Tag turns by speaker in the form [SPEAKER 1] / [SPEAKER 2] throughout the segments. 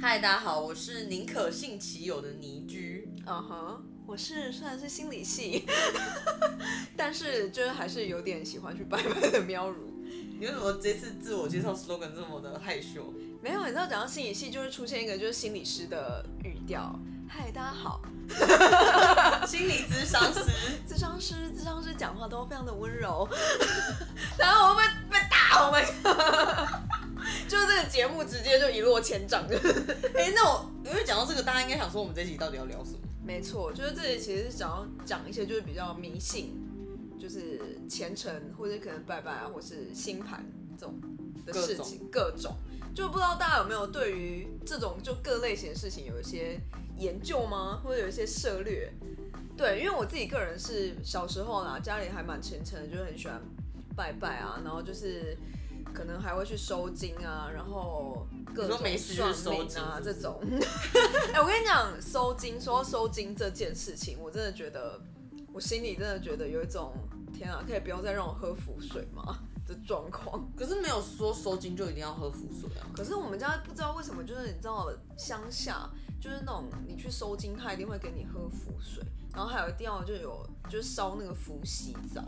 [SPEAKER 1] 嗨，大家好，我是宁可信其有的倪居。
[SPEAKER 2] 嗯哼，我是虽然是心理系， 但是就是还是有点喜欢去拜拜的喵如。
[SPEAKER 1] 你为什么这次自我介绍 slogan 这么的害羞？
[SPEAKER 2] 没有，你知道讲到心理系，就会出现一个就是心理师的语调。嗨，大家好，
[SPEAKER 1] 心理咨商师，
[SPEAKER 2] 智商师，智商师讲话都非常的温柔。 然后我们被被打，我们 就是这个节目直接就一落千丈。
[SPEAKER 1] 哎、那我因为讲到这个，大家应该想说我们这集到底要聊什么？
[SPEAKER 2] 没错，就是这里其实是想要讲一些就是比较迷信，就是虔诚或者可能拜拜啊，或是星盘这种的事情，各种就不知道大家有没有对于这种就各类型的事情有一些研究吗？或者有一些涉略？对，因为我自己个人是小时候啦，家里还蛮虔诚的，就很喜欢拜拜啊，然后就是可能还会去收金啊，然后各
[SPEAKER 1] 你说
[SPEAKER 2] 种
[SPEAKER 1] 没事就
[SPEAKER 2] 算
[SPEAKER 1] 是收
[SPEAKER 2] 命
[SPEAKER 1] 金
[SPEAKER 2] 啊
[SPEAKER 1] 是不
[SPEAKER 2] 这
[SPEAKER 1] 是
[SPEAKER 2] 种。 哎、我跟你讲，收金，说到收金这件事情，我真的觉得，我心里真的觉得有一种天啊，可以不要再让我喝浮水吗？的状况。
[SPEAKER 1] 可是没有说收金就一定要喝符水啊。
[SPEAKER 2] 可是我们家不知道为什么，就是你知道乡下，就是那种你去收金，他一定会给你喝浮水，然后还有一定要就有就是烧那个符洗澡，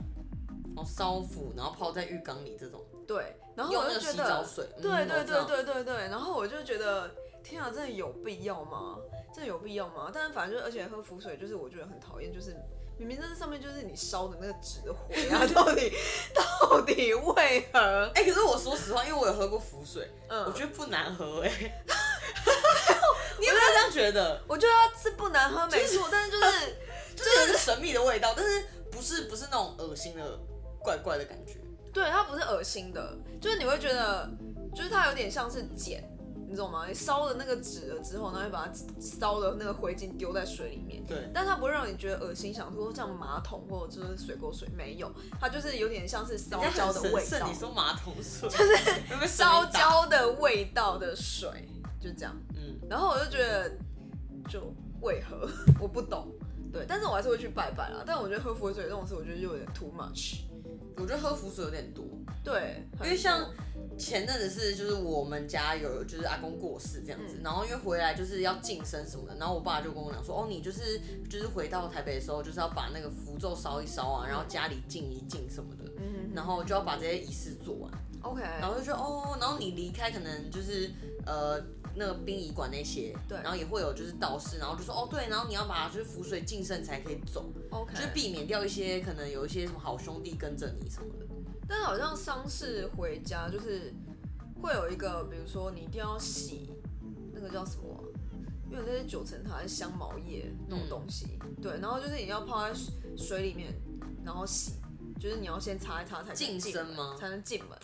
[SPEAKER 1] 哦，烧符，然后泡在浴缸里这种，
[SPEAKER 2] 对，然后
[SPEAKER 1] 用
[SPEAKER 2] 我
[SPEAKER 1] 那
[SPEAKER 2] 就
[SPEAKER 1] 个
[SPEAKER 2] 觉
[SPEAKER 1] 洗
[SPEAKER 2] 得
[SPEAKER 1] 澡，水。嗯
[SPEAKER 2] 对
[SPEAKER 1] 我
[SPEAKER 2] 对
[SPEAKER 1] 知道
[SPEAKER 2] 对对对对，然后我就觉得天啊，真的有必要吗？真的有必要吗？但是反正就是，而且喝符水就是我觉得很讨厌，就是明明那上面就是你烧的那个纸灰 啊，到底 到底为何？
[SPEAKER 1] 哎、可是我说实话，因为我有喝过符水，
[SPEAKER 2] 嗯，
[SPEAKER 1] 我觉得不难喝哎、 你有没有这样觉得？
[SPEAKER 2] 我觉得是不难喝没错，但是就是
[SPEAKER 1] 就是有一个神秘的味道，但是不是不是那种恶心的怪怪的感觉。
[SPEAKER 2] 对它不是恶心的，就是你会觉得就是它有点像是碱。你懂吗？你烧了那个纸了之后，然后你把它烧的那个灰烬丢在水里面，
[SPEAKER 1] 对，
[SPEAKER 2] 但它不会让你觉得恶心，想说像马桶或者就是水沟水没有，它就是有点像是烧焦的味
[SPEAKER 1] 神圣
[SPEAKER 2] 道
[SPEAKER 1] 你，说马桶水就是
[SPEAKER 2] 烧，焦的味道的水，就这样。
[SPEAKER 1] 嗯，
[SPEAKER 2] 然后我就觉得，就为何 我不懂，对，但是我还是会去拜拜啦。但我觉得喝符水这种事，我觉得就有点 too much，
[SPEAKER 1] 我觉得喝符水有点多，
[SPEAKER 2] 对，
[SPEAKER 1] 因为像前阵子是就是我们家有就是阿公过世这样子，然后因为回来就是要晋升什么的，然后我爸就跟我讲说，哦，你就是就是回到台北的时候，就是要把那个符咒烧一烧啊，然后家里静一静什么的，
[SPEAKER 2] 嗯
[SPEAKER 1] 然后就要把这些仪式做完。
[SPEAKER 2] ，OK，
[SPEAKER 1] 然后就觉得哦，然后你离开可能就是呃那个殡仪馆那些，
[SPEAKER 2] 对
[SPEAKER 1] 然后也会有就是道士，然后就说哦对，然后你要把就是符水净身才可以走，
[SPEAKER 2] OK，
[SPEAKER 1] 就是避免掉一些可能有一些什么好兄弟跟着你什么的。
[SPEAKER 2] 但好像丧事回家就是会有一个，比如说你一定要洗那个叫什么啊、因为有那些九层塔还是香茅叶那
[SPEAKER 1] 嗯
[SPEAKER 2] 种东西，对，然后就是你要泡在水水里面，然后洗，就是你要先擦一擦才能
[SPEAKER 1] 净
[SPEAKER 2] 进
[SPEAKER 1] 身
[SPEAKER 2] 门
[SPEAKER 1] 吗
[SPEAKER 2] 才能进门，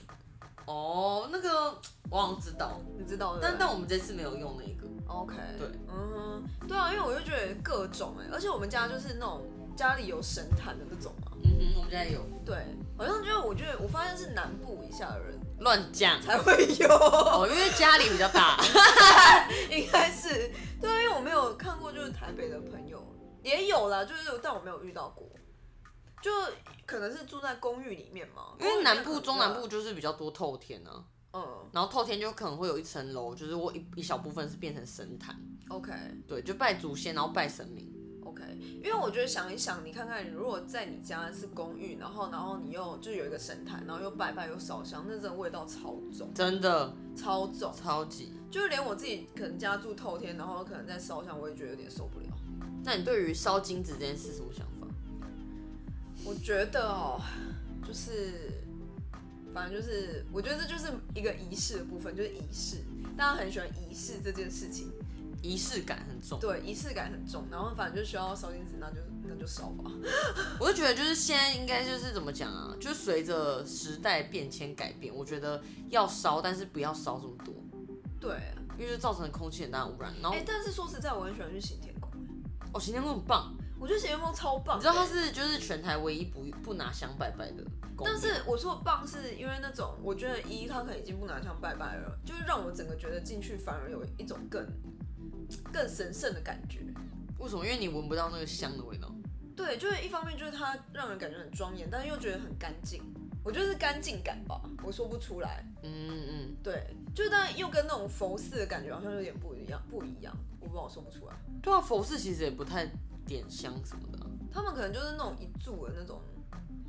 [SPEAKER 1] 哦，那个我好像知道，
[SPEAKER 2] 你知道的。
[SPEAKER 1] 但但我们这次没有用那一个，
[SPEAKER 2] OK，
[SPEAKER 1] 对，
[SPEAKER 2] 嗯哼，对啊，因为我就觉得各种哎、而且我们家就是那种家里有神坛的那种嘛，
[SPEAKER 1] 嗯哼，我们家也有
[SPEAKER 2] 对，好像就是我觉得我发现是南部以下的人
[SPEAKER 1] 乱讲
[SPEAKER 2] 才会有。
[SPEAKER 1] 哦，因为家里比较 大，
[SPEAKER 2] 应该是对啊，因为我没有看过，就是台北的朋友也有啦，就是但我没有遇到过，就可能是住在公寓里面嘛，
[SPEAKER 1] 因为南部
[SPEAKER 2] 公寓里面
[SPEAKER 1] 中南
[SPEAKER 2] 可
[SPEAKER 1] 部
[SPEAKER 2] 能啊
[SPEAKER 1] 就是比较多透天啊，
[SPEAKER 2] 嗯
[SPEAKER 1] 然后透天就可能会有一层楼，就是我一一小部分是变成神坛，
[SPEAKER 2] ，OK
[SPEAKER 1] 对，就拜祖先，然后拜神明。
[SPEAKER 2] OK，因为我觉得想一想，你看看，如果在你家是公寓，然后然后你又就有一个神坛，然后又拜拜又烧香，那真的味道超重，
[SPEAKER 1] 真的
[SPEAKER 2] 超重，
[SPEAKER 1] 超级。
[SPEAKER 2] 就是连我自己可能家住透天，然后可能在烧香，我也觉得有点受不了。
[SPEAKER 1] 那你对于烧金纸这件事什么想法？
[SPEAKER 2] 我觉得哦，就是，反正就是，我觉得这就是一个仪式的部分，就是仪式。大家很喜欢仪式这件事情，
[SPEAKER 1] 仪式感很重，
[SPEAKER 2] 对，仪式感很重。然后反正就需要烧金纸，那就那就烧吧。
[SPEAKER 1] 我就觉得就是现在应该就是怎么讲啊，就是随着时代变迁改变，我觉得要烧，但是不要烧这么多，
[SPEAKER 2] 对，啊
[SPEAKER 1] 因为就造成空气很大的污染。然后、
[SPEAKER 2] 哎、但是说实在，我很喜欢去行天宫，
[SPEAKER 1] 哦，行天宫很棒，
[SPEAKER 2] 我觉得行天宫超棒。
[SPEAKER 1] 你知道它，是就是全台唯一不不拿香拜拜的宫
[SPEAKER 2] 但
[SPEAKER 1] 庙，
[SPEAKER 2] 是我说的棒是因为那种，我觉得一他可能已经不拿香拜拜了，就是让我整个觉得进去反而有一种更更神圣的感觉。
[SPEAKER 1] 为什么？因为你闻不到那个香的味道。
[SPEAKER 2] 对，就是一方面就是它让人感觉很庄严，但是又觉得很干净。我就是干净感吧，我说不出来。
[SPEAKER 1] 嗯嗯
[SPEAKER 2] 对，就但又跟那种佛寺的感觉好像有点不一样，不一样。我不知道，我说不出来。
[SPEAKER 1] 嗯，对啊，佛寺其实也不太点香什么的啊。
[SPEAKER 2] 他们可能就是那种一柱的那种，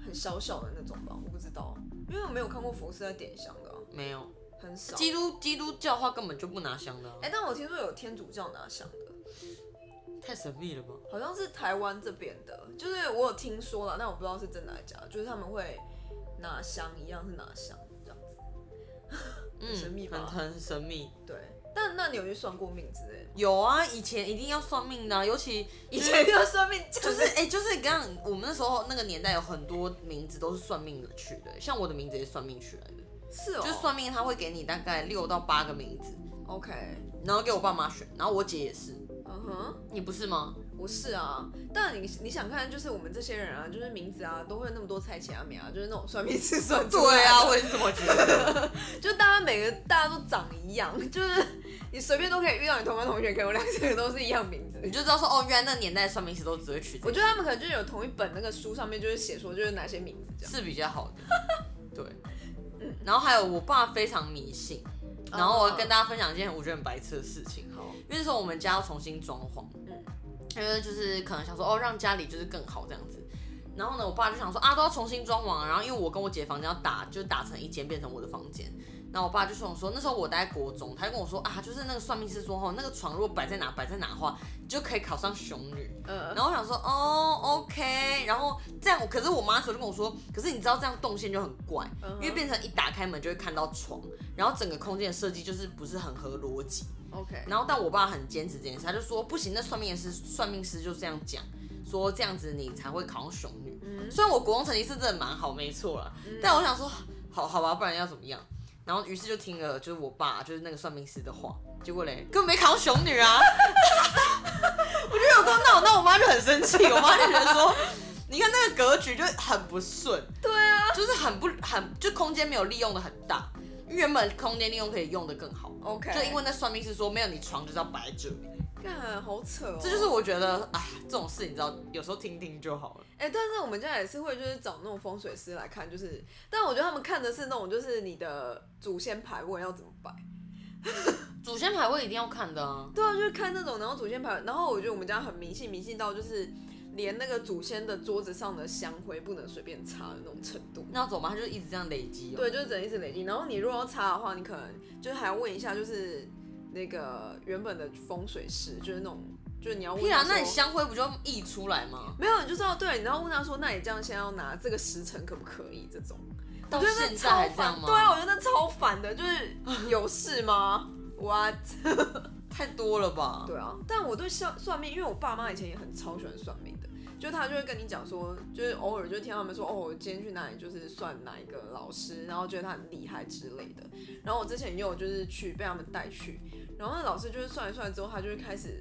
[SPEAKER 2] 很小小的那种吧，我不知道，因为我没有看过佛寺在点香的啊、
[SPEAKER 1] 没有，
[SPEAKER 2] 很少。
[SPEAKER 1] 基督基督教的话根本就不拿香的啊、
[SPEAKER 2] 哎、但我听说有天主教拿香的，
[SPEAKER 1] 太神秘了吧？
[SPEAKER 2] 好像是台湾这边的，就是我有听说了，但我不知道是真的还是假的，就是他们会拿香，一样是拿香这样子。
[SPEAKER 1] 嗯，
[SPEAKER 2] 神秘吧
[SPEAKER 1] 很很神秘。
[SPEAKER 2] 对，但那你有去算过命之类的吗？
[SPEAKER 1] 有啊，以前一定要算命的啊、尤其
[SPEAKER 2] 以前就算命，就
[SPEAKER 1] 就是哎、就是刚刚我们那时候那个年代有很多名字都是算命的取的，像我的名字也是算命取来的，
[SPEAKER 2] 是哦，
[SPEAKER 1] 就是算命他会给你大概六到八个名字，
[SPEAKER 2] OK，
[SPEAKER 1] 然后给我爸妈选，然后我姐也是，
[SPEAKER 2] 嗯哼。
[SPEAKER 1] 你不是吗？
[SPEAKER 2] 不是啊，但你你想看，就是我们这些人啊，就是名字啊，都会那么多猜奇阿米啊，就是那种算命师算出来的
[SPEAKER 1] 对啊，我也是这么觉得。
[SPEAKER 2] 就大家每个大家都长一样，就是你随便都可以遇到你同班同学，可能我两个都是一样名字
[SPEAKER 1] 你。就知道说哦，原来那个年代算命师都只会取这
[SPEAKER 2] 我
[SPEAKER 1] 个，
[SPEAKER 2] 觉得他们可能就是有同一本那个书上面就是写说就是哪些名字这样。
[SPEAKER 1] 啊是比较好的。对，然后还有我爸非常迷信，然后我跟大家分享一件我觉得很白痴的事情。
[SPEAKER 2] 好，
[SPEAKER 1] 因为那时候我们家要重新装潢，
[SPEAKER 2] 嗯
[SPEAKER 1] 因为就是可能想说哦，让家里就是更好这样子。然后呢，我爸就想说啊，都要重新装潢啊，然后因为我跟我姐房间要打，就打成一间变成我的房间。然后我爸就想说，那时候我待国中，他就跟我说啊，就是那个算命师说吼，那个床如果摆在哪摆在哪的话，你就可以考上雄女。
[SPEAKER 2] 嗯，
[SPEAKER 1] 然后我想说，哦，OK，然后这样，可是我妈那时候就跟我说，可是你知道这样动线就很怪，
[SPEAKER 2] 嗯哼
[SPEAKER 1] 因为变成一打开门就会看到床，然后整个空间的设计就是不是很合逻辑。
[SPEAKER 2] 嗯 OK，
[SPEAKER 1] 然后但我爸很坚持这件事，他就说不行，那算命师算命师就这样讲，说这样子你才会考上雄女。
[SPEAKER 2] 嗯
[SPEAKER 1] 虽然我国中成绩是真的蛮好，没错啦，但我想说，好好吧，不然要怎么样？然后于是就听了就是我爸就是那个算命师的话，结果嘞根本没考上雄女啊！ 我就有够闹，那我妈就很生气，我妈就觉得说。你看那个格局就很不顺，
[SPEAKER 2] 对啊
[SPEAKER 1] 就是很不很就空间没有利用的很大，因为原本空间利用可以用的更好。
[SPEAKER 2] ，OK，
[SPEAKER 1] 就因为那算命师说没有你床就是要摆这里，
[SPEAKER 2] 干好扯哦，
[SPEAKER 1] 这就是我觉得哎这种事你知道有时候听听就好了。
[SPEAKER 2] 哎、但是我们家也是会就是找那种风水师来看，就是，但我觉得他们看的是那种就是你的祖先牌位要怎么摆，
[SPEAKER 1] 祖先牌位一定要看的啊，
[SPEAKER 2] 对啊，就是看那种，然后祖先牌，然后我觉得我们家很迷信，迷信到就是连那个祖先的桌子上的香灰不能随便擦的那种程度。
[SPEAKER 1] 那要走吗？他就一直这样累积哦。
[SPEAKER 2] 对，就是只能一直累积。然后你如果要擦的话，你可能就是还要问一下，就是那个原本的风水师，就是那种，就是你要问
[SPEAKER 1] 屁
[SPEAKER 2] 他
[SPEAKER 1] 啦，
[SPEAKER 2] 说。
[SPEAKER 1] 那你香灰不就溢出来吗？
[SPEAKER 2] 没有，你就知道对，然后问他说，那你这样现在要拿这个时辰可不可以？这种，
[SPEAKER 1] 到
[SPEAKER 2] 我觉得那
[SPEAKER 1] 现在还
[SPEAKER 2] 超
[SPEAKER 1] 这样
[SPEAKER 2] 烦。
[SPEAKER 1] 吗？
[SPEAKER 2] 对啊，我觉得那超烦的，就是有事 吗？What？啊
[SPEAKER 1] 太多了吧？
[SPEAKER 2] 对啊，但我对算算命，因为我爸妈以前也很超喜欢算命的，就他就会跟你讲说，就是偶尔就听他们说，哦，我今天去哪里就是算哪一个老师，然后觉得他很厉害之类的。然后我之前也有就是去被他们带去，然后那老师就是算一算之后，他就会开始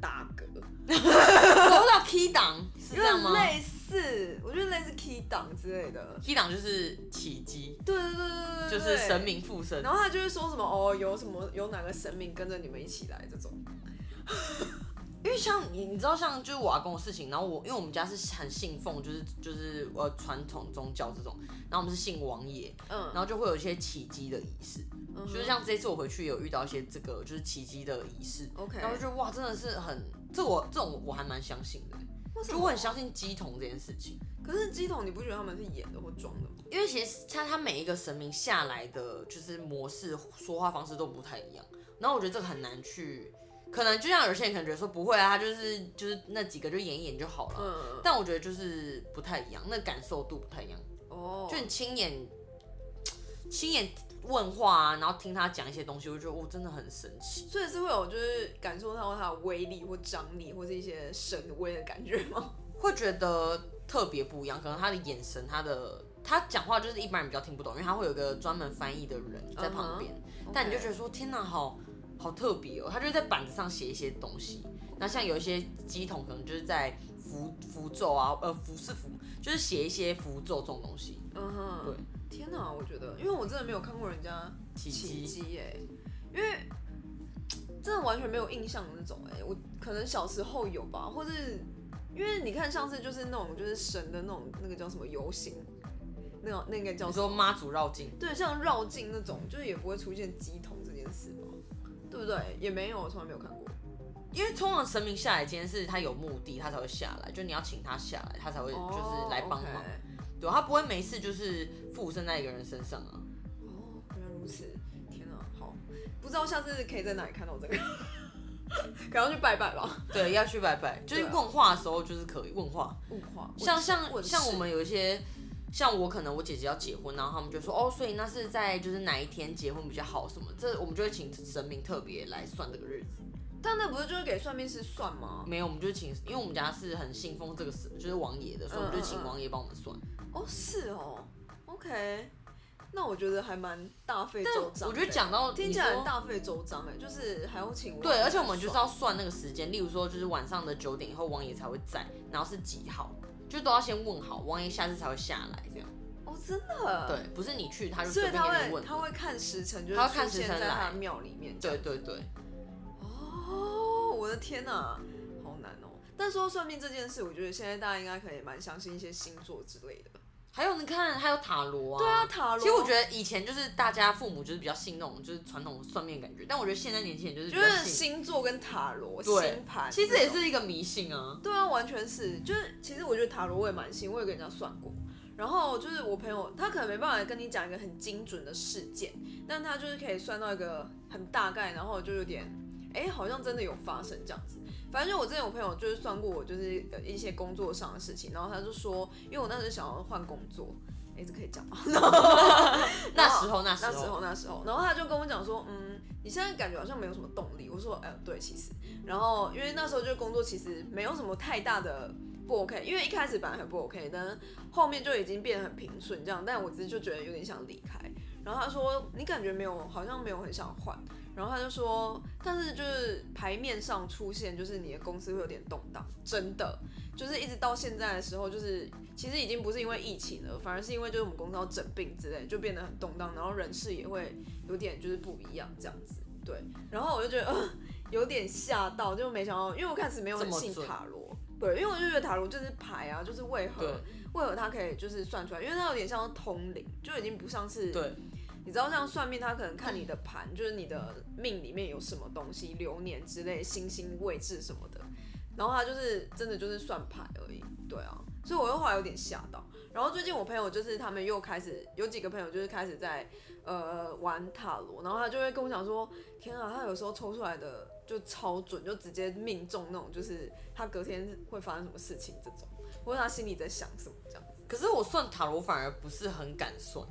[SPEAKER 2] 打嗝，
[SPEAKER 1] 走到 key 档是
[SPEAKER 2] 有
[SPEAKER 1] 这样吗
[SPEAKER 2] 点类似，我觉得类似 key 档之类的。
[SPEAKER 1] ？key 档就是奇迹，
[SPEAKER 2] 对对对对
[SPEAKER 1] 就
[SPEAKER 2] 对，
[SPEAKER 1] 是
[SPEAKER 2] 对
[SPEAKER 1] 神。明附身。
[SPEAKER 2] 然后他就会说什么哦，有什么有哪个神明跟着你们一起来这种。
[SPEAKER 1] 因为像你，你知道像就是我阿公的事情，然后我因为我们家是很信奉就是就是呃传统宗教这种，然后我们是信王爷，
[SPEAKER 2] 嗯
[SPEAKER 1] 然，后就会有一些奇迹的仪式，
[SPEAKER 2] 嗯
[SPEAKER 1] 就是像这次我回去有遇到一些这个就是奇迹的仪式
[SPEAKER 2] OK
[SPEAKER 1] 然后就觉得哇，真的是很这我这种我还蛮相信的，欸
[SPEAKER 2] 为什
[SPEAKER 1] 就
[SPEAKER 2] 么
[SPEAKER 1] 我很相信鸡童这件事情，
[SPEAKER 2] 可是鸡桶，你不觉得他们是演的或装的吗？
[SPEAKER 1] 因为其实他他每一个神明下来的就是模式说话方式都不太一样，然后我觉得这个很难去，可能就像有些人可能觉得说不会啊，他就是就是那几个就演一演就好了，
[SPEAKER 2] 嗯，
[SPEAKER 1] 但我觉得就是不太一样，那感受度不太一样。
[SPEAKER 2] 哦，
[SPEAKER 1] 就你亲眼亲眼问话、啊，然后听他讲一些东西，我就觉得我、哦真的很神奇。
[SPEAKER 2] 所以是会有就是感受到它的威力或张力或是一些神威的感觉吗？
[SPEAKER 1] 会觉得特别不一样，可能他的眼神，他的他讲话就是一般人比较听不懂，因为他会有一个专门翻译的人在
[SPEAKER 2] 嗯
[SPEAKER 1] 旁边但你就觉得说天哪，好好特别哦，他就在板子上写一些东西。那像有一些鸡桶可能就是在符符咒啊，呃符是符，就是写一些符咒这种东西。
[SPEAKER 2] 嗯哼，
[SPEAKER 1] 对，
[SPEAKER 2] 天哪，我觉得，因为我真的没有看过人家
[SPEAKER 1] 奇
[SPEAKER 2] 奇
[SPEAKER 1] 迹，
[SPEAKER 2] 迹哎，因为真的完全没有印象的那种哎、我可能小时候有吧，或是因为你看上次就是那种就是神的那种那个叫什么游行，那种那个叫
[SPEAKER 1] 你
[SPEAKER 2] 什
[SPEAKER 1] 说
[SPEAKER 2] 么
[SPEAKER 1] 妈祖绕境，
[SPEAKER 2] 对，像绕境那种，就是也不会出现鸡童这件事吧？对不对？也没有，我从来没有看过。
[SPEAKER 1] 因为通常神明下来，今天是他有目的，他才会下来，就你要请他下来，他才会就是来帮忙。
[SPEAKER 2] 哦，OK
[SPEAKER 1] 对，啊他不会没事就是附身在一个人身上啊。
[SPEAKER 2] 哦，原来如此，天哪，好，不知道下次可以在哪里看到这个，可能要去拜拜吧。
[SPEAKER 1] 对，要去拜拜，就是
[SPEAKER 2] 对啊
[SPEAKER 1] 问话的时候就是可以问话。
[SPEAKER 2] 物化，
[SPEAKER 1] 像像
[SPEAKER 2] 问世
[SPEAKER 1] 像我们有一些，像我可能我姐姐要结婚，然后他们就说哦，所以那是在就是哪一天结婚比较好什么，这我们就会请神明特别来算这个日子。
[SPEAKER 2] 但那不是就是给算命师算吗？
[SPEAKER 1] 没有，我们就请，因为我们家是很信奉这个神，就是王爷的，所以我们就
[SPEAKER 2] 嗯
[SPEAKER 1] 请王爷帮我们算。
[SPEAKER 2] 哦，是哦，OK，那我觉得还蛮大费周章的。
[SPEAKER 1] 我觉得讲到
[SPEAKER 2] 听
[SPEAKER 1] 你
[SPEAKER 2] 起来
[SPEAKER 1] 说
[SPEAKER 2] 很大费周章哎，就是还要请
[SPEAKER 1] 对，而且我们就是要算那个时间，例如说就是晚上的九点以后王爷才会在，然后是几号，就都要先问好，王爷下次才会下来这样。
[SPEAKER 2] 哦，真的，
[SPEAKER 1] 对，不是你去他就
[SPEAKER 2] 所
[SPEAKER 1] 随
[SPEAKER 2] 以
[SPEAKER 1] 便
[SPEAKER 2] 他
[SPEAKER 1] 给你
[SPEAKER 2] 会
[SPEAKER 1] 问
[SPEAKER 2] 他
[SPEAKER 1] 了。
[SPEAKER 2] 会看时辰，就是
[SPEAKER 1] 他会看
[SPEAKER 2] 出现
[SPEAKER 1] 时辰
[SPEAKER 2] 在他
[SPEAKER 1] 来
[SPEAKER 2] 的庙里面。
[SPEAKER 1] 对对对，
[SPEAKER 2] 哦，我的天哪、好难哦。但说到算命这件事，我觉得现在大家应该可以蛮相信一些星座之类的。
[SPEAKER 1] 还有你看还有塔罗啊。
[SPEAKER 2] 对啊，塔罗。
[SPEAKER 1] 其实我觉得以前就是大家父母就是比较信那种就是传统算命的感觉，但我觉得现在年轻人就是比
[SPEAKER 2] 就
[SPEAKER 1] 较
[SPEAKER 2] 是
[SPEAKER 1] 信，
[SPEAKER 2] 星座跟塔罗、
[SPEAKER 1] 对
[SPEAKER 2] 星盘，
[SPEAKER 1] 其实也。是一个迷信啊。
[SPEAKER 2] 对啊，完全是，就是其实我觉得塔罗我也蛮信，我也给人家算过。然后就是我朋友，他可能没办法跟你讲一个很精准的事件，但他就是可以算到一个很大概，然后就有点，哎，好像真的有发生这样子。反正就我之前有朋友就是算过我就是呃一些工作上的事情，然后他就说，因为我那时候想要换工作，哎，这可以讲吗？
[SPEAKER 1] 那时候那时
[SPEAKER 2] 那时
[SPEAKER 1] 候，
[SPEAKER 2] 候那时候，然后他就跟我讲说，嗯，你现在感觉好像没有什么动力。我说，哎、对，其实，然后因为那时候就工作其实没有什么太大的不 OK，因为一开始本来很不 OK，但是后面就已经变得很平顺这样，但我只是就觉得有点想离开。然后他说，你感觉没有，好像没有很想换。然后他就说，但是就是牌面上出现，就是你的公司会有点动荡，真的，就是一直到现在的时候，就是其实已经不是因为疫情了，反而是因为就是我们公司要整病之类，就变得很动荡，然后人事也会有点就是不一样这样子，对。然后我就觉得、呃、有点吓到，就没想到，因为我开始没有很
[SPEAKER 1] 这么
[SPEAKER 2] 信
[SPEAKER 1] 准
[SPEAKER 2] 塔罗，对，因为我就觉得塔罗就是牌啊，就是为何
[SPEAKER 1] 对
[SPEAKER 2] 为何它可以就是算出来，因为它有点像是通灵，就已经不像是
[SPEAKER 1] 对，
[SPEAKER 2] 你知道像算命，它可能看你的盘，就是你的命里面有什么东西，流年之类、星星位置什么的，然后它就是真的就是算牌而已，对啊，所以我又后来有点吓到。然后最近我朋友就是他们又开始有几个朋友就是开始在呃玩塔罗，然后他就会跟我讲说，天啊，他有时候抽出来的就超准，就直接命中那种，就是他隔天会发生什么事情这种，或者他心里在想什么这样子。
[SPEAKER 1] 可是我算塔罗反而不是很敢算，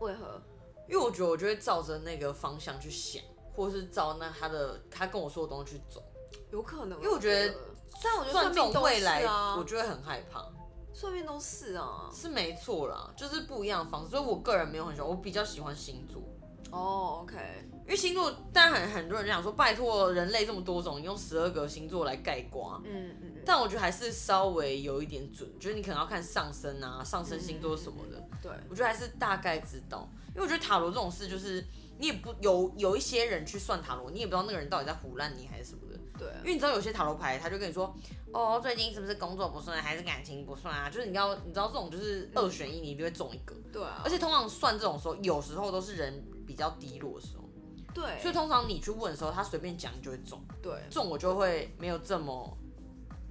[SPEAKER 2] 为何？
[SPEAKER 1] 因为我觉得我就会照着那个方向去想，或是照那他的他跟我说的东西去走。
[SPEAKER 2] 有可能啊，
[SPEAKER 1] 因为我觉得
[SPEAKER 2] 这个，但我觉得
[SPEAKER 1] 算
[SPEAKER 2] 算
[SPEAKER 1] 这种
[SPEAKER 2] 命都
[SPEAKER 1] 未
[SPEAKER 2] 是
[SPEAKER 1] 来，
[SPEAKER 2] 啊，
[SPEAKER 1] 我就会很害怕，
[SPEAKER 2] 算命都是啊。
[SPEAKER 1] 是没错啦，就是不一样的方式。所以我个人没有很喜欢，我比较喜欢星座，
[SPEAKER 2] 哦，OK，
[SPEAKER 1] 因为星座，当然很很多人讲说，拜托人类这么多种，你用十二个星座来盖瓜。
[SPEAKER 2] 嗯嗯嗯，
[SPEAKER 1] 但我觉得还是稍微有一点准，就是你可能要看上升啊、上升星座什么的，
[SPEAKER 2] 嗯对，
[SPEAKER 1] 我觉得还是大概知道。因为我觉得塔罗这种事，就是你也不有有一些人去算塔罗，你也不知道那个人到底在胡乱你还是什么的。
[SPEAKER 2] 对
[SPEAKER 1] 因为你知道有些塔罗牌，他就跟你说，哦，最近是不是工作不顺，还是感情不顺啊？就是你要，你知道这种就是二选一，你一定会中一个。
[SPEAKER 2] 对啊，
[SPEAKER 1] 而且通常算这种时候，有时候都是人比较低落的时候，
[SPEAKER 2] 对，
[SPEAKER 1] 所以通常你去问的时候，他随便讲你就会中，
[SPEAKER 2] 对，
[SPEAKER 1] 中我就会没有这么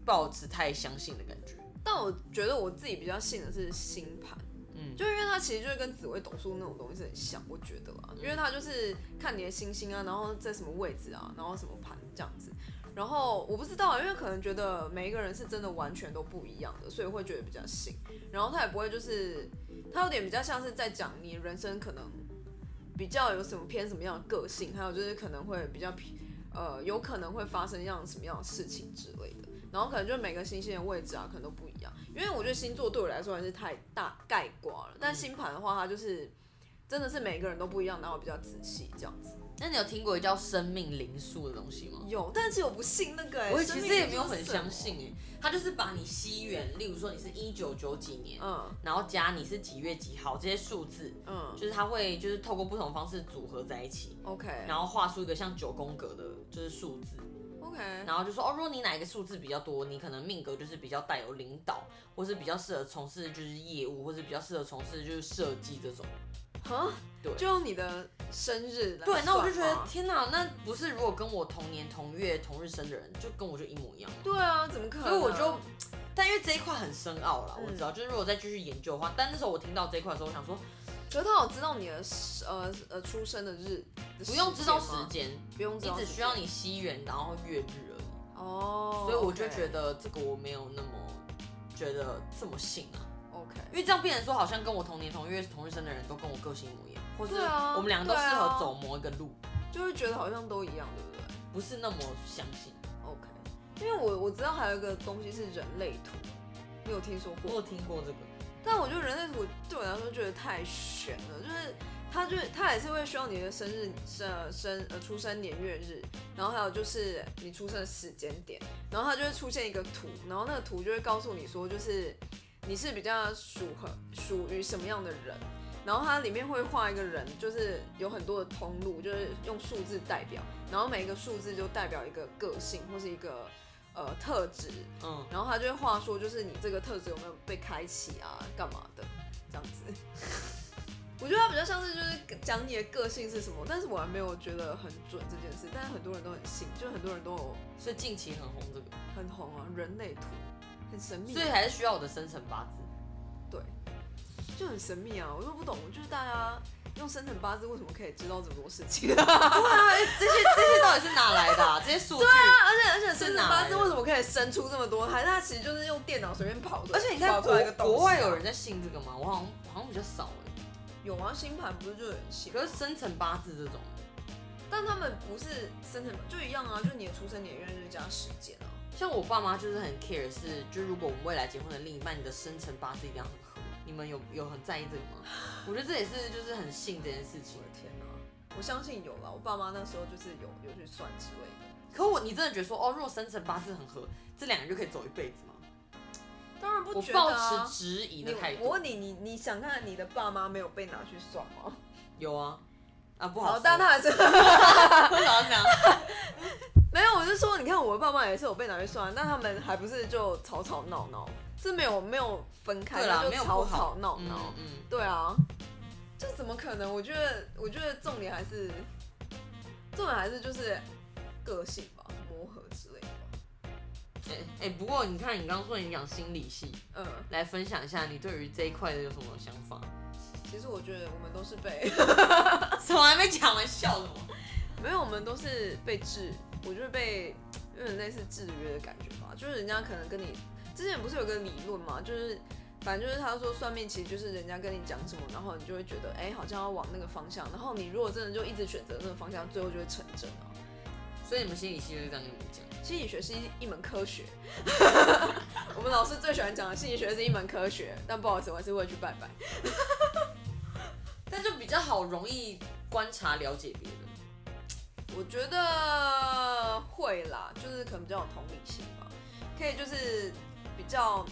[SPEAKER 1] 抱持太相信的感觉。
[SPEAKER 2] 但我觉得我自己比较信的是星盘。
[SPEAKER 1] 嗯
[SPEAKER 2] 就因为它其实就是跟紫微斗数那种东西是很像，我觉得啦，因为它就是看你的星星啊，然后在什么位置啊，然后什么盘这样子。然后我不知道，因为可能觉得每一个人是真的完全都不一样的，所以会觉得比较信。然后他也不会就是，他有点比较像是在讲你人生可能比较有什么偏什么样的个性，还有就是可能会比较偏呃，有可能会发生一样什么样的事情之类的。然后可能就每个星星的位置啊，可能都不一样。因为我觉得星座对我来说还是太大概括了，
[SPEAKER 1] 嗯
[SPEAKER 2] 但星盘的话，它就是真的是每个人都不一样，然后比较仔细这样子。
[SPEAKER 1] 那你有听过叫生命灵数的东西吗？
[SPEAKER 2] 有，但是我不信那个、欸，
[SPEAKER 1] 哦我
[SPEAKER 2] 生
[SPEAKER 1] 其
[SPEAKER 2] 命
[SPEAKER 1] 实也
[SPEAKER 2] 灵
[SPEAKER 1] 没有
[SPEAKER 2] 数是
[SPEAKER 1] 很
[SPEAKER 2] 什么
[SPEAKER 1] 相信。哎、他就是把你西元，例如说你是一九九几年，
[SPEAKER 2] 嗯
[SPEAKER 1] 然后加你是几月几号这些数字，
[SPEAKER 2] 嗯
[SPEAKER 1] 就是他会就是透过不同方式组合在一起，
[SPEAKER 2] ，OK
[SPEAKER 1] 然后画出一个像九宫格的，就是数字。
[SPEAKER 2] OK，
[SPEAKER 1] 然后就说哦，如果你哪一个数字比较多，你可能命格就是比较带有领导，或是比较适合从事就是业务，或是比较适合从事就是设计这种。
[SPEAKER 2] 啊，
[SPEAKER 1] 对
[SPEAKER 2] 就用你的生日来
[SPEAKER 1] 对，那我就觉
[SPEAKER 2] 算
[SPEAKER 1] 得
[SPEAKER 2] 吗
[SPEAKER 1] 天哪，那不是如果跟我同年同月同日生的人，就跟我就一模一样。
[SPEAKER 2] 对啊，怎么可能？
[SPEAKER 1] 所以我就，但因为这一块很深奥啦，
[SPEAKER 2] 嗯
[SPEAKER 1] 我知道，就是如果再继续研究的话，但那时候我听到这一块的时候，我想说
[SPEAKER 2] 可是他有知道你的呃呃出生的日，
[SPEAKER 1] 不用知道时
[SPEAKER 2] 时间吗，
[SPEAKER 1] 间，
[SPEAKER 2] 不用知
[SPEAKER 1] 你
[SPEAKER 2] 道时
[SPEAKER 1] 只
[SPEAKER 2] 间，
[SPEAKER 1] 需要你西元然后月日而已，
[SPEAKER 2] 哦，
[SPEAKER 1] 所以我就觉得
[SPEAKER 2] 得
[SPEAKER 1] 这个我没有那么觉得这么信啊，
[SPEAKER 2] OK，
[SPEAKER 1] 因为这样变成说好像跟我同年同月同日生的人都跟我个性一模一样，或是
[SPEAKER 2] 对啊
[SPEAKER 1] 我们两个都适
[SPEAKER 2] 对
[SPEAKER 1] 合
[SPEAKER 2] 啊
[SPEAKER 1] 走某一个路，
[SPEAKER 2] 就会觉得好像都一样，对不对
[SPEAKER 1] 不是那么相信。
[SPEAKER 2] ？OK，因为我我知道还有一个东西是人类图，你有听说
[SPEAKER 1] 我
[SPEAKER 2] 过？
[SPEAKER 1] 有听过这个，
[SPEAKER 2] 但我觉得人类图对我来说觉得太悬了，就是它就是它也是会需要你的生日、呃生呃出生年月日，然后还有就是你出生的时间点，然后它就会出现一个图，然后那个图就会告诉你说，就是你是比较属合属于什么样的人。然后它里面会画一个人，就是有很多的通路，就是用数字代表，然后每一个数字就代表一个个性或是一个呃特质，
[SPEAKER 1] 嗯，
[SPEAKER 2] 然后他就会话说，就是你这个特质有没有被开启啊，干嘛的这样子。 我觉得他比较像是就是讲你的个性是什么，但是我还没有觉得很准这件事，但是很多人都很信，就很多人都有
[SPEAKER 1] 所以近期很红这个，
[SPEAKER 2] 很红啊，人类图很神秘，啊
[SPEAKER 1] 所以还是需要我的生辰八字。
[SPEAKER 2] 对，就很神秘啊，我就不懂，就是大家用生辰八字为什么可以知道这么多事 情？
[SPEAKER 1] 哎这些这些到底是哪来的、啊？这些数据？
[SPEAKER 2] 而且而且生辰
[SPEAKER 1] 哪
[SPEAKER 2] 八字
[SPEAKER 1] 来的
[SPEAKER 2] 为什么可以生出这么多？还是他其实就是用电脑随便跑的，
[SPEAKER 1] 而且你
[SPEAKER 2] 跑
[SPEAKER 1] 看
[SPEAKER 2] 出
[SPEAKER 1] 国
[SPEAKER 2] 来一个东西啊
[SPEAKER 1] 国外有人在信这个吗？我好像好像比较少哎、
[SPEAKER 2] 有啊，星盘不是就有人信吗？
[SPEAKER 1] 可是生辰八字这种，
[SPEAKER 2] 但他们不是生辰就一样啊，就是你的出生年月日加时间啊。
[SPEAKER 1] 像我爸妈就是很 care，是就是如果我们未来结婚的另一半，你的生辰八字一定要很合。你们有有很在意这个吗？我觉得这也是就是很信这件事情
[SPEAKER 2] 我。的天哪、我相信有啦，我爸妈那时候就是有有去算之类的。
[SPEAKER 1] 可我你真的觉得说哦，如果生辰八字很合，这两个人就可以走一辈子吗？
[SPEAKER 2] 当然
[SPEAKER 1] 我
[SPEAKER 2] 不觉得
[SPEAKER 1] 抱
[SPEAKER 2] 啊
[SPEAKER 1] 持。质疑
[SPEAKER 2] 你
[SPEAKER 1] 的态
[SPEAKER 2] 我
[SPEAKER 1] 度。
[SPEAKER 2] 问你，你你想看你的爸妈没有被拿去算吗？
[SPEAKER 1] 有啊，啊不好
[SPEAKER 2] 好
[SPEAKER 1] 说，，
[SPEAKER 2] 但他还 是
[SPEAKER 1] 为什么要这样？
[SPEAKER 2] 没有。我就说，你看我的爸妈也是有被拿去算，但他们还不是就吵吵闹闹，是没有没有分开，
[SPEAKER 1] 对啦，
[SPEAKER 2] 但
[SPEAKER 1] 没
[SPEAKER 2] 就
[SPEAKER 1] 有不
[SPEAKER 2] 吵
[SPEAKER 1] 好
[SPEAKER 2] 吵闹
[SPEAKER 1] 嗯
[SPEAKER 2] 闹。
[SPEAKER 1] 嗯，
[SPEAKER 2] 对啊，这怎么可能？我觉得，我觉得重点还是，重点还是就是个性吧，磨合之类的吧。
[SPEAKER 1] 哎、哎、不过你看你刚刚说你讲心理系，
[SPEAKER 2] 嗯，
[SPEAKER 1] 来分享一下你对于这一块的有什么想法？
[SPEAKER 2] 其实我觉得我们都是被，
[SPEAKER 1] 什么还没讲完，笑什么？
[SPEAKER 2] 没有，我们都是被制，我觉得被有点类似制约的感觉吧。就是人家可能跟你之前不是有个理论嘛，就是。反正就是他说算命其实就是人家跟你讲什么，然后你就会觉得哎、好像要往那个方向，然后你如果真的就一直选择那个方向，最后就会成真啊。
[SPEAKER 1] 所以你们心理系就是这样跟你们讲，
[SPEAKER 2] 心理学是一一门科学， 我们老师最喜欢讲的心理学是一门科学，但不好意思，我还是会去拜拜。
[SPEAKER 1] 但就比较好容易观察了解别人。
[SPEAKER 2] 我觉得会啦，就是可能比较有同理心吧，可以就是比较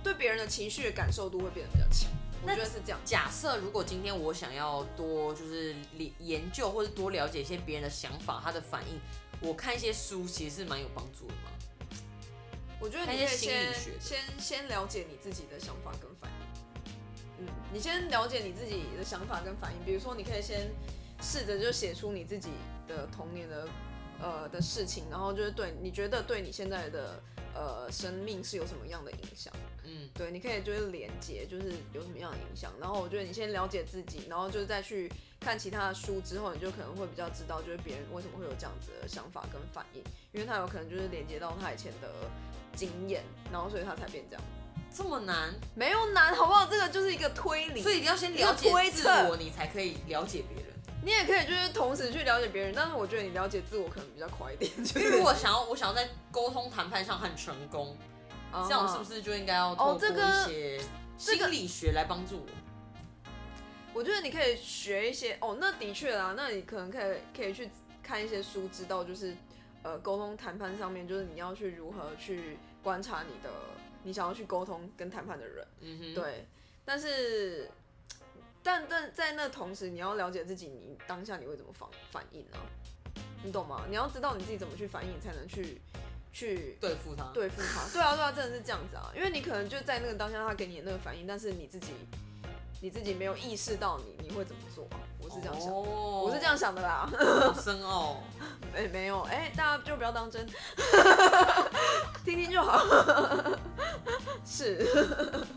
[SPEAKER 2] 对别人的情绪的感受度会变得比较强，我
[SPEAKER 1] 那
[SPEAKER 2] 觉得是这样。
[SPEAKER 1] 假设如果今天我想要多就是理研究或者多了解一些别人的想法，他的反应，我看一些书其实是蛮有帮助的嘛。
[SPEAKER 2] 我觉得
[SPEAKER 1] 看
[SPEAKER 2] 你
[SPEAKER 1] 一
[SPEAKER 2] 可
[SPEAKER 1] 些
[SPEAKER 2] 以
[SPEAKER 1] 心理
[SPEAKER 2] 先
[SPEAKER 1] 学的
[SPEAKER 2] 先先了解你自己的想法跟反应。嗯，你先了解你自己的想法跟反应，比如说你可以先试着就写出你自己的童年的呃的事情，然后就是对你觉得对你现在的呃生命是有什么样的影响？
[SPEAKER 1] 嗯，
[SPEAKER 2] 对，你可以就是连接，就是有什么样的影响。然后我觉得你先了解自己，然后就是再去看其他的书之后，你就可能会比较知道，就是别人为什么会有这样子的想法跟反应，因为他有可能就是连接到他以前的经验，然后所以他才变这样。
[SPEAKER 1] 这么难，
[SPEAKER 2] 没有难，好不好？这个就是一个推理，
[SPEAKER 1] 所以一定要先了解
[SPEAKER 2] 一个推
[SPEAKER 1] 自
[SPEAKER 2] 测
[SPEAKER 1] 我，你才可以了解别人。
[SPEAKER 2] 你也可以就是同时去了解别人，但是我觉得你了解自我可能比较快一点。就
[SPEAKER 1] 因
[SPEAKER 2] 是
[SPEAKER 1] 为如果想要我想要在沟通谈判上很成功，
[SPEAKER 2] 啊
[SPEAKER 1] 这样我是不
[SPEAKER 2] 是？
[SPEAKER 1] 是就应该要透
[SPEAKER 2] 哦
[SPEAKER 1] 过
[SPEAKER 2] 这个
[SPEAKER 1] 一些
[SPEAKER 2] 这
[SPEAKER 1] 心
[SPEAKER 2] 个
[SPEAKER 1] 理学来帮助我？
[SPEAKER 2] 我觉得你可以学一些哦，那的确啦，那你可能可以可以去看一些书，知道就是呃沟通谈判上面，就是你要去如何去观察你的你想要去沟通跟谈判的人，
[SPEAKER 1] 嗯哼，
[SPEAKER 2] 对。但是，但但在那同时，你要了解自己，你当下你会怎么反反应呢、你懂吗？你要知道你自己怎么去反应，你才能去去
[SPEAKER 1] 对付他。
[SPEAKER 2] 对付他。对啊，对啊，真的是这样子啊，因为你可能就在那个当下他给你的那个反应，但是你自己你自己没有意识到你你会怎么做啊，我是这样想，
[SPEAKER 1] 哦
[SPEAKER 2] 我是这样想的啦。
[SPEAKER 1] 好深奥。
[SPEAKER 2] 哎、没有，哎、大家就不要当真， 听听就好。 是，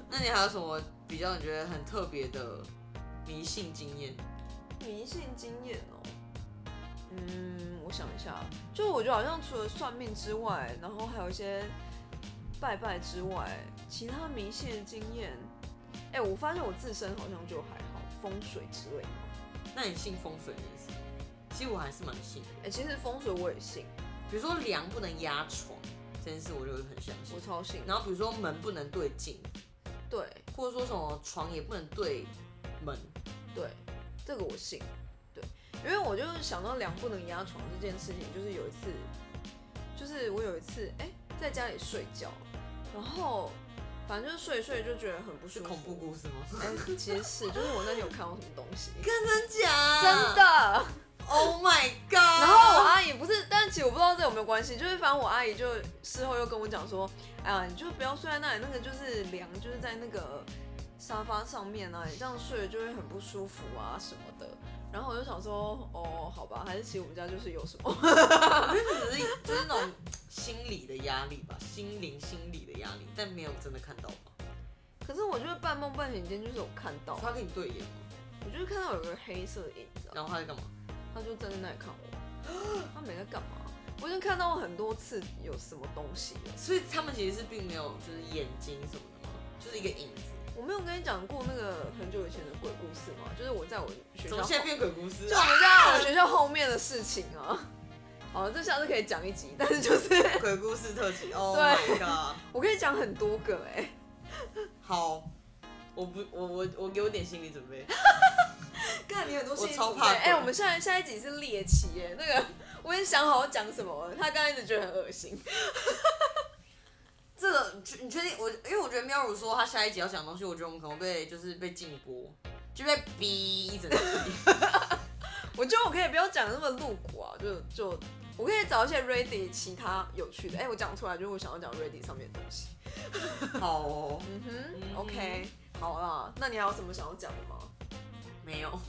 [SPEAKER 1] 那你还有什么比较你觉得很特别的迷信经验？
[SPEAKER 2] 迷信经验哦。嗯，我想一下，就我觉得好像除了算命之外，然后还有一些拜拜之外，其他迷信的经验，哎、我发现我自身好像就还好，风水之类的。
[SPEAKER 1] 那你信风水这件事吗？其实我还是蛮信的，
[SPEAKER 2] 哎、其实风水我也信，
[SPEAKER 1] 比如说梁不能压床这件事，我就很相信
[SPEAKER 2] 我。超信。
[SPEAKER 1] 然后比如说门不能对镜，
[SPEAKER 2] 对
[SPEAKER 1] 或者说什么床也不能对门，
[SPEAKER 2] 对，这个我信。对，因为我就是想到梁不能压床这件事情，就是有一次，就是我有一次哎、在家里睡觉，然后反正就是睡一睡就觉得很不舒
[SPEAKER 1] 是
[SPEAKER 2] 服。
[SPEAKER 1] 恐怖故事 嗯吗？
[SPEAKER 2] 哎、其实是，就是我那天有看到什么东 西，
[SPEAKER 1] 真假？
[SPEAKER 2] 真的。
[SPEAKER 1] ？Oh my god！
[SPEAKER 2] 然后我阿姨不是，但其实我不知道这有没有关系，就是反正我阿姨就事后又跟我讲说，哎呀，你就不要睡在那里，那个就是凉，就是在那个沙发上面啊，你这样睡了就会很不舒服啊什么的。然后我就想说，哦，好吧，还是其实我们家就是有什么，
[SPEAKER 1] 我觉得只是就是那种心理的压力吧，心灵心理的压力，但没有真的看到吧？
[SPEAKER 2] 可是我就是半梦半醒间就是有看到，
[SPEAKER 1] 他跟你对眼吗，
[SPEAKER 2] 我就是看到有个黑色的影子、啊，
[SPEAKER 1] 然后他在干嘛？
[SPEAKER 2] 他就站在那里看 我，他没在干嘛，我已经看到很多次有什么东西了。
[SPEAKER 1] 所以他们其实是并没有就是眼睛什么的嘛，就是一个影子。
[SPEAKER 2] 我没有跟你讲过那个很久以前的鬼故事吗？就是我在我学校
[SPEAKER 1] 怎
[SPEAKER 2] 后，
[SPEAKER 1] 么现在变鬼故事
[SPEAKER 2] 就我们在我学校后面的事情啊。好，这下次可以讲一集，但是就是
[SPEAKER 1] 鬼故事特辑？Oh
[SPEAKER 2] 对
[SPEAKER 1] my god！
[SPEAKER 2] 我可以讲很多个哎、
[SPEAKER 1] 好，我不，我我我给我点心理准备。
[SPEAKER 2] 看你很多
[SPEAKER 1] 心理
[SPEAKER 2] 心
[SPEAKER 1] 准备
[SPEAKER 2] 哎、我们现在下一集是猎奇哎、那个我已经想好要讲什么了，他刚刚一直觉得很恶心。
[SPEAKER 1] 这个你确你确定我？因为我觉得喵如说他下一集要讲的东西，我觉得我们可能被就是被禁播，就被逼一整集。
[SPEAKER 2] 我觉得我可以不要讲那么露骨啊，就就我可以找一些 Ready 其他有趣的。哎、我讲出来就是我想要讲 Ready 上面的东西。
[SPEAKER 1] 好哦，
[SPEAKER 2] 嗯
[SPEAKER 1] 嗯
[SPEAKER 2] 哼，OK，好啦，那你还有什么想要讲的吗？
[SPEAKER 1] 没有，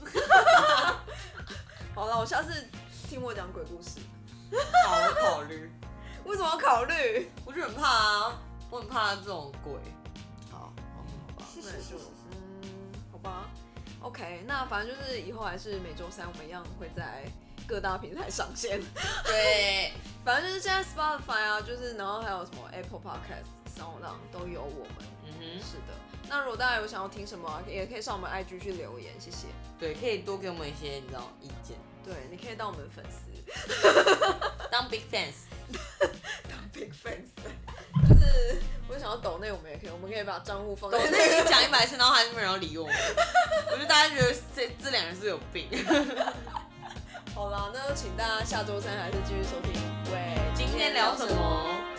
[SPEAKER 2] 好了，我下次听我讲鬼故事。
[SPEAKER 1] 好，我考虑。
[SPEAKER 2] 为什么要考虑？
[SPEAKER 1] 我就很怕啊，我很怕这种鬼。
[SPEAKER 2] 好，好吧，那就嗯，好吧。OK，那反正就是以后还是每周三我们一样会在各大平台上线。
[SPEAKER 1] 对，
[SPEAKER 2] 反正就是现在 Spotify 啊，就是然后还有什么 Apple Podcast、Sound On 都有我们。
[SPEAKER 1] 嗯哼，
[SPEAKER 2] 是的，那如果大家有想要听什么啊，也可以上我们 IG 去留言，谢谢。
[SPEAKER 1] 对，可以多给我们一些你知道意见，
[SPEAKER 2] 对，你可以当我们粉丝，
[SPEAKER 1] 当 big fans。
[SPEAKER 2] 当 big fans。就是我想要抖内，我们也可以，我们可以把账户放
[SPEAKER 1] 我
[SPEAKER 2] 在
[SPEAKER 1] 那
[SPEAKER 2] 那
[SPEAKER 1] 天讲一百次，然后还是没人要理我们。我觉得大家觉得这这两人是有病。
[SPEAKER 2] 好啦，那就请大家下周三还是继续收听。喂，
[SPEAKER 1] 今天聊什么？